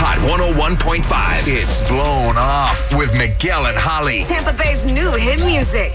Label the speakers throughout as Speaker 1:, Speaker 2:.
Speaker 1: Hot 101.5. It's blown off with Miguel and Holly.
Speaker 2: Tampa Bay's new hit music.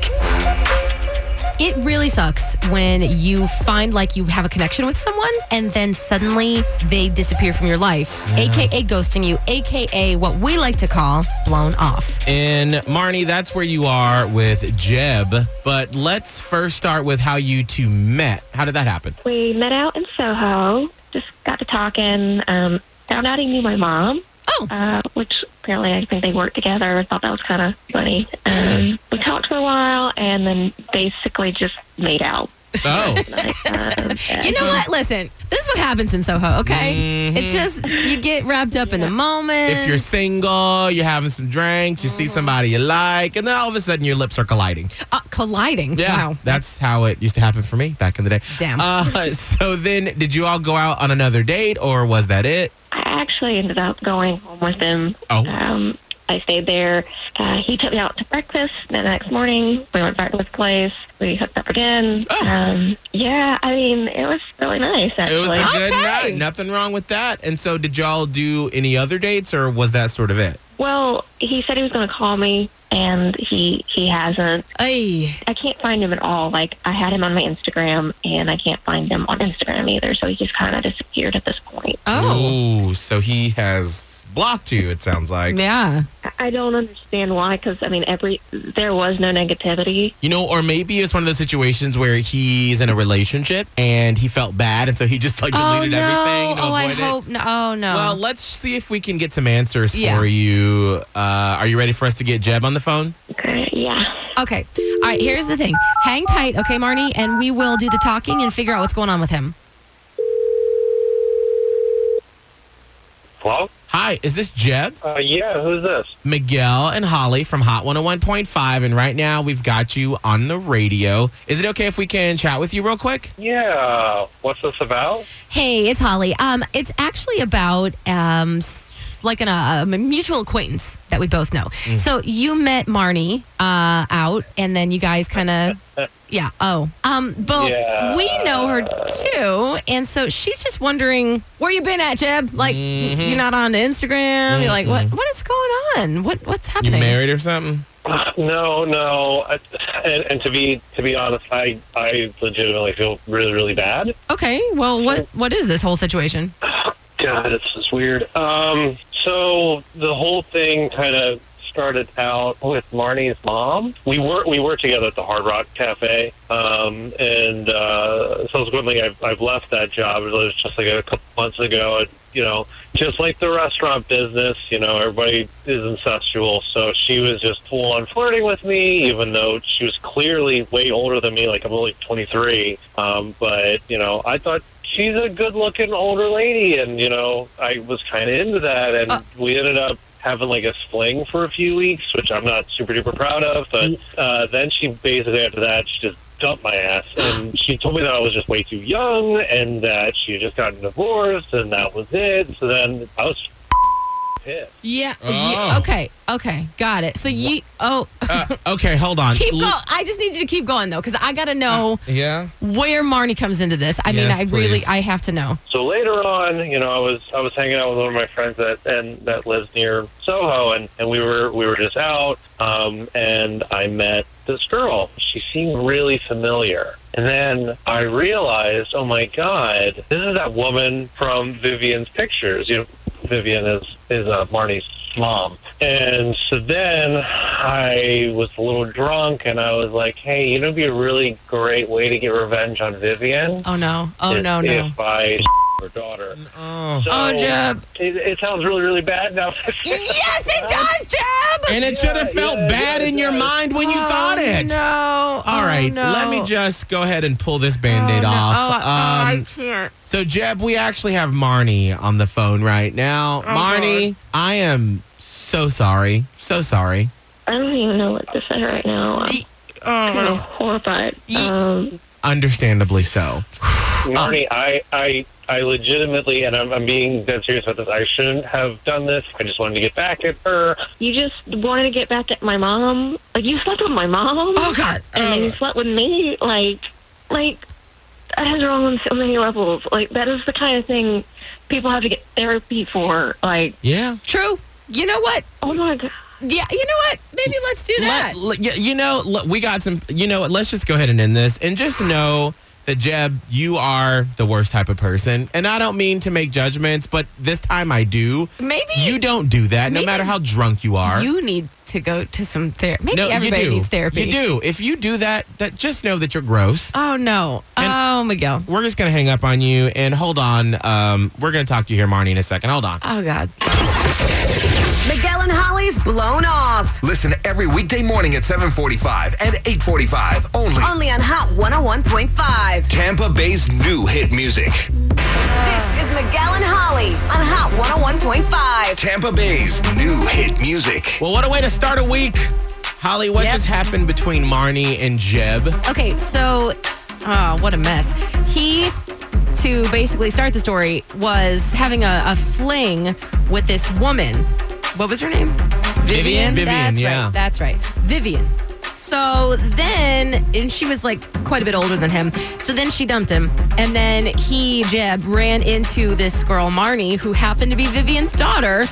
Speaker 3: It really sucks when you find like you have a connection with someone and then suddenly they disappear from your life, aka ghosting you, aka what we like to call blown off.
Speaker 4: And Marnie, that's where you are with Jeb. But let's first start with how you two met. How did that happen?
Speaker 5: We met out in Soho, just got to talking, um, found out he knew my mom.
Speaker 3: Oh.
Speaker 5: Uh, which apparently I think they worked together. I thought that was kind of funny. Um, we talked for a while and then basically just made out.
Speaker 4: Oh,
Speaker 5: Like, um,
Speaker 3: You know what? Listen, this is what happens in Soho, okay? It's just you get wrapped up in the moment.
Speaker 4: Mm-hmm. if you're single, you're having some drinks, you see somebody you like, and then all of a sudden your lips are colliding.
Speaker 3: uh, colliding.
Speaker 4: Yeah,
Speaker 3: Wow.
Speaker 4: that's how it used to happen for me back in the day.
Speaker 3: Damn.
Speaker 4: Uh, so then, did you all go out on another date, or was that it?
Speaker 5: I actually ended up going home with him.
Speaker 4: Oh.
Speaker 5: Um, I stayed there. Uh, he took me out to breakfast the next morning. We went back to his place. We hooked up again.
Speaker 4: Oh.
Speaker 5: Um, yeah, I mean, it was really nice,
Speaker 4: It was
Speaker 5: actually.
Speaker 4: a good
Speaker 3: Okay.
Speaker 4: night. Nothing wrong with that. And so, did y'all do any other dates, or was that sort of it?
Speaker 5: Well, he said he was going to call me, and he he hasn't.
Speaker 3: Ay.
Speaker 5: I can't find him at all. Like I had him on my Instagram, and I can't find him on Instagram either. So he just kind of disappeared at this point.
Speaker 3: Oh.
Speaker 4: Ooh, so he has blocked you. It sounds like.
Speaker 3: Yeah.
Speaker 5: I- I don't understand why, because I mean, every there was no negativity.
Speaker 4: You know, or maybe it's one of those situations where he's in a relationship and he felt bad, and so he just like
Speaker 3: Oh
Speaker 4: deleted
Speaker 3: no.
Speaker 4: everything. to
Speaker 3: oh, I
Speaker 4: avoid it.
Speaker 3: hope. No. Oh no.
Speaker 4: Well, let's see if we can get some answers
Speaker 3: Yeah.
Speaker 4: for you. Uh, are you ready for us to get Jeb on the phone?
Speaker 5: Okay, yeah.
Speaker 3: okay. All right. Here's the thing. Hang tight, okay, Marnie, and we will do the talking and figure out what's going on with him.
Speaker 6: Hello?
Speaker 4: Hi, is this Jeb?
Speaker 6: Uh, yeah, who's this?
Speaker 4: Miguel and Holly from Hot 101.5, and right now we've got you on the radio. Is it okay if we can chat with you real quick?
Speaker 6: Yeah, what's this about?
Speaker 3: Hey, it's Holly. Um, it's actually about um, s- like an, uh, a mutual acquaintance that we both know.
Speaker 4: Mm.
Speaker 3: So you met Marnie uh, out, and then you guys kind of, yeah. Oh, um, but
Speaker 6: Yeah.
Speaker 3: we know her too, and so she's just wondering where you been at, Jeb. Like
Speaker 4: Mhm.
Speaker 3: you're not on Instagram. You're like, what?
Speaker 4: Mhm.
Speaker 3: What is going on? What What's
Speaker 4: You
Speaker 3: happening?
Speaker 4: married or something?
Speaker 6: No, no. I, and, and to be to be honest, I I legitimately feel really really bad.
Speaker 3: Okay. Well, what What is this whole situation?
Speaker 6: God, this is weird. Um, so the whole thing kind of started out with Marnie's mom. We were we were together at the Hard Rock Cafe, um, and uh, subsequently I've, I've left that job. It was just like a couple months ago. And, you know, just like the restaurant business, you know, everybody is incestual. So she was just full on flirting with me, even though she was clearly way older than me. Like I'm only 23, um, but you know, I thought she's a good looking older lady and you know i was kind of into that and
Speaker 3: Uh.
Speaker 6: we ended up having like a fling for a few weeks which i'm not super duper proud of but uh, then she basically after that she just dumped my ass and she told me that i was just way too young and that she had just gotten divorced and that was it so then i was pissed
Speaker 3: Yeah.
Speaker 4: Oh.
Speaker 3: yeah okay. Okay. Got it. So you. Oh.
Speaker 4: Uh, okay, hold on.
Speaker 3: Keep
Speaker 4: L-
Speaker 3: going. I just need you to keep going though, because I gotta know.
Speaker 4: Yeah.
Speaker 3: where Marnie comes into this. I mean,
Speaker 4: Yes,
Speaker 3: I really,
Speaker 4: please.
Speaker 3: I have to know.
Speaker 6: so later on, you know, I was I was hanging out with one of my friends that and that lives near Soho, and and we were we were just out, um, and I met this girl. She seemed really familiar, and then I realized, oh my god, this is that woman from Vivian's pictures. You know, Vivian is is uh, Marnie's mom, and so then I was a little drunk, and I was like, hey, you know, it'd be a really great way to get revenge on Vivian
Speaker 3: Oh no! Oh
Speaker 6: if,
Speaker 3: no! No!
Speaker 6: If I her daughter.
Speaker 4: Oh.
Speaker 6: So
Speaker 3: Oh, Jeb.
Speaker 6: It, it sounds really, really bad now.
Speaker 3: Yes, it does, Jeb. Oh,
Speaker 4: And it should have felt
Speaker 6: yeah,
Speaker 4: bad
Speaker 6: yeah,
Speaker 4: in your
Speaker 6: yeah.
Speaker 4: mind when you thought it.
Speaker 3: No.
Speaker 4: All
Speaker 3: Oh,
Speaker 4: right, let me just go ahead and pull this band aid off. um,
Speaker 3: Oh, can't.
Speaker 4: So, Jeb, we actually have Marnie on the phone right
Speaker 3: Oh,
Speaker 4: now. Marnie, I am so sorry. So sorry.
Speaker 5: I don't even know what to say right now. I'm kind of horrified. Um,
Speaker 4: Understandably so.
Speaker 6: Marnie, I, I, I legitimately, and I'm, I'm being dead serious about this. I shouldn't have done this. I just wanted to get back at her.
Speaker 5: you just wanted to get back at my mom. Like you slept with my mom,
Speaker 4: Oh, God.
Speaker 3: Um,
Speaker 5: and then you slept with me. Like, like that is wrong on so many levels. Like that is the kind of thing people have to get therapy for. Like,
Speaker 4: Yeah.
Speaker 3: True. You know what?
Speaker 5: oh my god.
Speaker 3: Yeah, you know what? Maybe let's do that.
Speaker 4: Let, let- y- you know, look, we got some. You know what? Let's just go ahead and end this, and just know that Jeb, you are the worst type of person, and I don't mean to make judgments, but this time I do.
Speaker 3: Maybe
Speaker 4: You don't do that, no
Speaker 3: Maybe-
Speaker 4: matter how drunk you are.
Speaker 3: you need to go to some therapy. Maybe
Speaker 4: no,
Speaker 3: everybody
Speaker 4: you do.
Speaker 3: needs therapy.
Speaker 4: You do. If you do that, that just know that you're gross.
Speaker 3: Oh no.
Speaker 4: And-
Speaker 3: oh Miguel.
Speaker 4: We're just gonna hang up on you and hold on. Um, we're gonna talk to you here, Marnie, in a second. Hold on.
Speaker 3: Oh God.
Speaker 2: Miguel and Holly's blown off.
Speaker 1: Listen every weekday morning at 745 and 845 only.
Speaker 2: Only on Hot 101.5.
Speaker 1: Tampa Bay's new hit music.
Speaker 2: This is Miguel and Holly on Hot 101.5.
Speaker 1: Tampa Bay's new hit music.
Speaker 4: Well, what a way to start a week. Holly, what
Speaker 3: Yep.
Speaker 4: just happened between Marnie and Jeb?
Speaker 3: Okay, so oh, what a mess. He to basically start the story was having a, a fling with this woman. What was her name?
Speaker 4: Vivian? Vivian,
Speaker 3: That's
Speaker 4: yeah.
Speaker 3: right. That's right. Vivian. So then, and she was like quite a bit older than him. So then she dumped him. And then he, Jeb, ran into this girl, Marnie, who happened to be Vivian's daughter,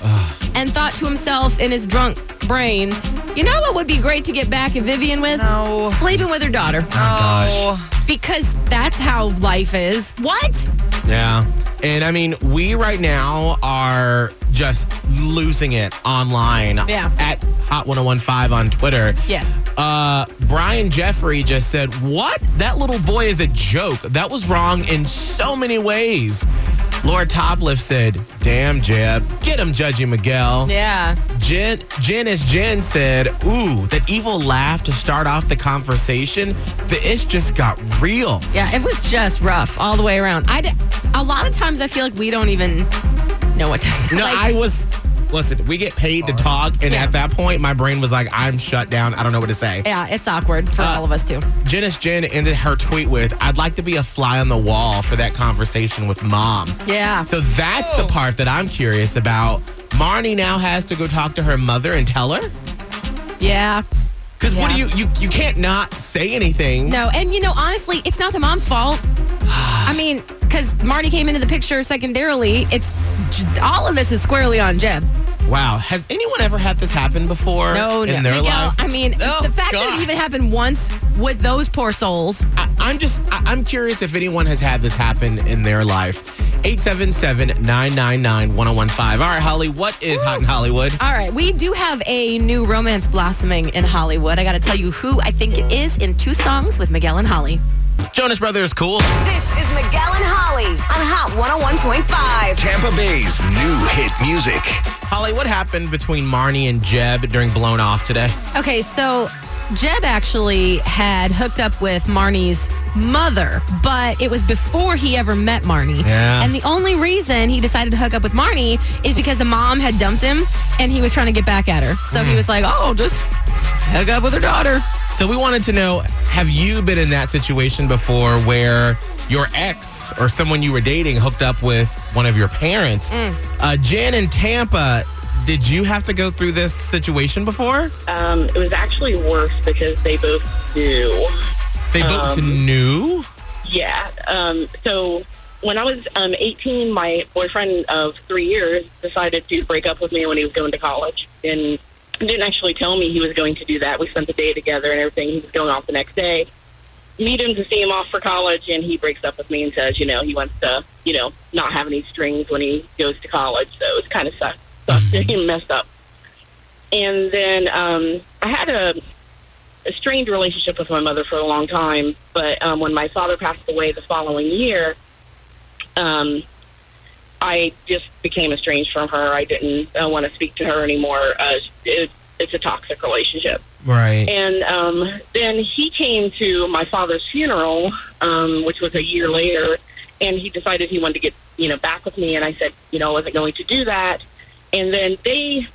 Speaker 3: and thought to himself in his drunk brain, you know what would be great to get back at Vivian with?
Speaker 7: No.
Speaker 3: Sleeping with her daughter.
Speaker 4: Oh,
Speaker 3: Because that's how life is. What?
Speaker 4: Yeah. And I mean, we right now are just losing it online
Speaker 3: Yeah.
Speaker 4: at Hot1015 on Twitter.
Speaker 3: Yes.
Speaker 4: Uh, Brian Jeffrey just said, What? That little boy is a joke. That was wrong in so many ways. Laura Topliff said, Damn, Jeb. Get him, Judgy Miguel.
Speaker 3: Yeah.
Speaker 4: Jen, Jen as Jen said, Ooh, that evil laugh to start off the conversation. The ish just got real.
Speaker 3: Yeah, it was just rough all the way around. I d- a lot of times I feel like we don't even know what to say.
Speaker 4: No,
Speaker 3: Like,
Speaker 4: I was. Listen, we get paid to talk, and
Speaker 3: Yeah.
Speaker 4: at that point, my brain was like, "I'm shut down. I don't know what to say."
Speaker 3: Yeah, it's awkward
Speaker 4: Uh,
Speaker 3: for all of us too.
Speaker 4: Janice Jen ended her tweet with, "I'd like to be a fly on the wall for that conversation with mom."
Speaker 3: Yeah. Oh.
Speaker 4: So that's the part that I'm curious about. Marnie now has to go talk to her mother and tell her,
Speaker 3: yeah.
Speaker 4: because what do
Speaker 3: Yeah.
Speaker 4: you you you can't not say anything?
Speaker 3: No, and you know, honestly, it's not the mom's fault. I mean, because Marty came into the picture secondarily. It's j- all of this is squarely on Jeb.
Speaker 4: Wow, has anyone ever had this happen before
Speaker 3: No,
Speaker 4: in
Speaker 3: no,
Speaker 4: their
Speaker 3: Miguel,
Speaker 4: life?
Speaker 3: I mean,
Speaker 4: Oh,
Speaker 3: the fact that
Speaker 4: God.
Speaker 3: it even happened once with those poor souls.
Speaker 4: I, I'm just, I, I'm curious if anyone has had this happen in their life. 877 999 1015. All right, Holly, what is hot in Hollywood?
Speaker 3: All right, we do have a new romance blossoming in Hollywood. I got to tell you who I think it is in two songs with Miguel and Holly.
Speaker 4: Jonas Brothers, cool.
Speaker 2: This is Miguel and Holly on Hot 101.5.
Speaker 1: Tampa Bay's new hit music.
Speaker 4: Holly, what happened between Marnie and Jeb during Blown Off today?
Speaker 3: Okay, so Jeb actually had hooked up with Marnie's mother, but it was before he ever met Marnie.
Speaker 4: Yeah.
Speaker 3: And the only reason he decided to hook up with Marnie is because the mom had dumped him and he was trying to get back at her. So
Speaker 4: Hmm.
Speaker 3: he was like, oh, just hook up with her daughter.
Speaker 4: So we wanted to know have you been in that situation before where your ex or someone you were dating hooked up with one of your parents? Uh, Jen in Tampa, did you have to go through this situation before?
Speaker 8: Um, it was actually worse because they both knew.
Speaker 4: They both knew.
Speaker 8: Yeah. Um, so when I was um, 18, my boyfriend of three years decided to break up with me when he was going to college and didn't actually tell me he was going to do that. We spent the day together and everything. He was going off the next day. Meet him to see him off for college, and he breaks up with me and says, you know, he wants to, you know, not have any strings when he goes to college. So it's kind of sucked. sucked. he messed up. And then um, I had a a strained relationship with my mother for a long time. But um, when my father passed away the following year, um, I just became estranged from her. I didn't uh, want to speak to her anymore. Uh, it, it's a toxic relationship.
Speaker 4: Right.
Speaker 8: And um, then he came to my father's funeral, um, which was a year later, and he decided he wanted to get you know back with me, and I said you know I wasn't going to do that. And then they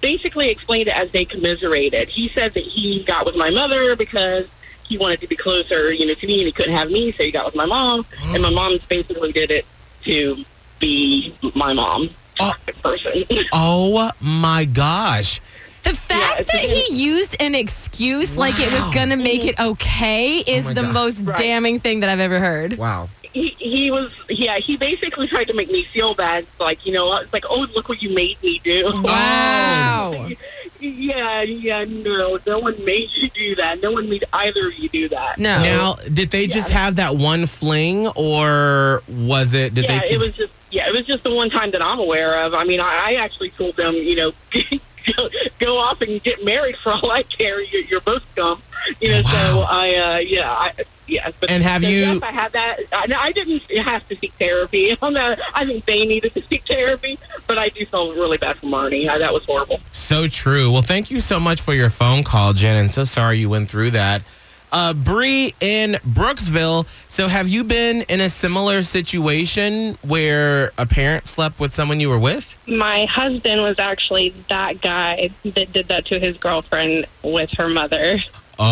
Speaker 8: basically explained it as they commiserated. He said that he got with my mother because he wanted to be closer, you know, to me, and he couldn't have me, so he got with my mom, and my mom basically did it to be my mom, toxic person.
Speaker 4: Oh my gosh.
Speaker 3: The fact
Speaker 8: it's
Speaker 3: that
Speaker 8: a-
Speaker 3: he used an excuse like it was
Speaker 4: Wow. Oh
Speaker 3: going to make it okay is
Speaker 4: my
Speaker 3: the
Speaker 4: God.
Speaker 3: most
Speaker 8: Right.
Speaker 3: damning thing that I've ever heard.
Speaker 4: Wow.
Speaker 8: he, he was yeah he basically tried to make me feel bad like you know it's like oh look what you made me do
Speaker 3: Wow.
Speaker 8: yeah yeah no no one made you do that no one made either of you do that
Speaker 3: No.
Speaker 4: Now, did they just have that one fling, or was it? Did
Speaker 8: yeah
Speaker 4: they?
Speaker 8: it was just yeah it was just the one time that i'm aware of i mean i, I actually told them you know go, go off and get married for all i care you, you're both scum you know so i uh yeah i Yes, but
Speaker 4: And have
Speaker 8: so,
Speaker 4: you-
Speaker 8: Yes, I had that. I, no, I didn't have to seek therapy. I'm not, I think they needed to seek therapy, but I do feel really bad for Marnie. I, that was horrible.
Speaker 4: So true. Well, thank you so much for your phone call, Jen, and so sorry you went through that. Uh, Bree in Brooksville. So, have you been in a similar situation where a parent slept with someone you were with?
Speaker 7: my husband was actually that guy that did that to his girlfriend with her mother.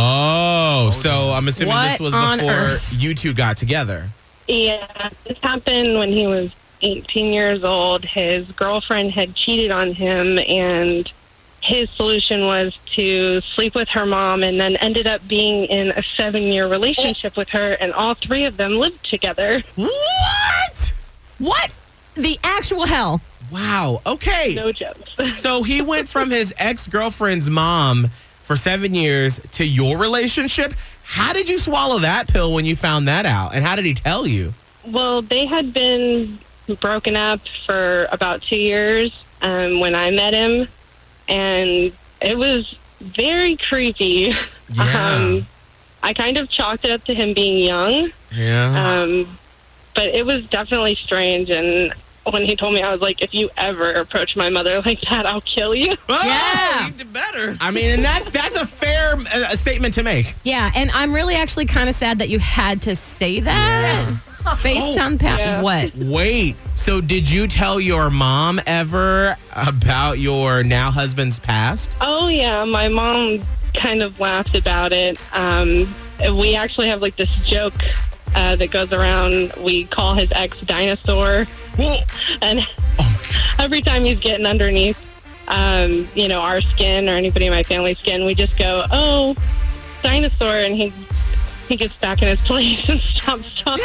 Speaker 4: Oh, so I'm assuming this
Speaker 3: What
Speaker 4: was
Speaker 3: on
Speaker 4: before
Speaker 3: earth?
Speaker 4: you two got together.
Speaker 7: Yeah, this happened when he was 18 years old. His girlfriend had cheated on him, and his solution was to sleep with her mom and then ended up being in a seven year relationship with her, and all three of them lived together.
Speaker 4: What?
Speaker 3: What the actual hell?
Speaker 4: Wow. Okay.
Speaker 7: No jokes.
Speaker 4: So he went from his ex girlfriend's mom for seven years to your relationship. How did you swallow that pill when you found that out? And how did he tell you?
Speaker 7: Well, they had been broken up for about two years um, when I met him, and it was very creepy. Um, I kind of chalked it up to him being young,
Speaker 8: Uh,
Speaker 4: yeah.
Speaker 7: um, but it was definitely strange. And when he told me, I was like, if you ever approach my mother like that, I'll kill you.
Speaker 3: Yeah.
Speaker 4: Oh, you did better. I mean, and that's that's a fair uh, statement to make.
Speaker 3: Yeah, and I'm really actually kind of sad that you had to say that based
Speaker 4: Oh.
Speaker 3: on pa-
Speaker 7: Yeah.
Speaker 3: what?
Speaker 4: Wait. So did you tell your mom ever about your now husband's past?
Speaker 7: Oh yeah, my mom kind of laughed about it. Um, we actually have like this joke uh, that goes around. We call his ex dinosaur,
Speaker 4: Well,
Speaker 7: and every time he's getting underneath, um, you know, our skin or anybody in my family's skin, we just go, "Oh, dinosaur," and he he gets back in his place and stops talking.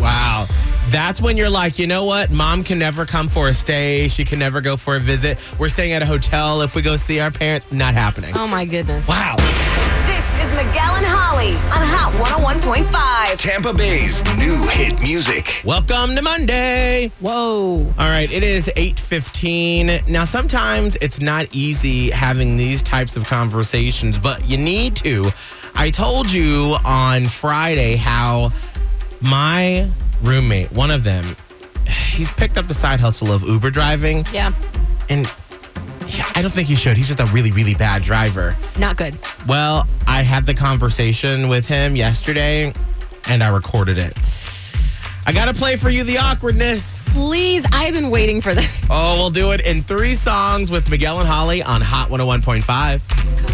Speaker 4: Wow. That's when you're like, you know what? Mom can never come for a stay. She can never go for a visit. We're staying at a hotel. If we go see our parents, not happening.
Speaker 3: Oh my goodness.
Speaker 4: Wow.
Speaker 2: This is Miguel and Holly on Hot 101.5.
Speaker 1: Tampa Bay's new hit music.
Speaker 4: Welcome to Monday.
Speaker 3: Whoa.
Speaker 4: All right, it is 8:15. Now sometimes it's not easy having these types of conversations, but you need to. I told you on Friday how my roommate, one of them, he's picked up the side hustle of Uber driving
Speaker 3: Yeah,
Speaker 4: and he- I don't think he should. He's just a really really bad driver.
Speaker 3: not good.
Speaker 4: Well, I had the conversation with him yesterday and I recorded it. I got to play for you the awkwardness.
Speaker 3: Please, I've been waiting for this.
Speaker 4: Oh, we'll do it in three songs with Miguel and Holly on Hot 101.5.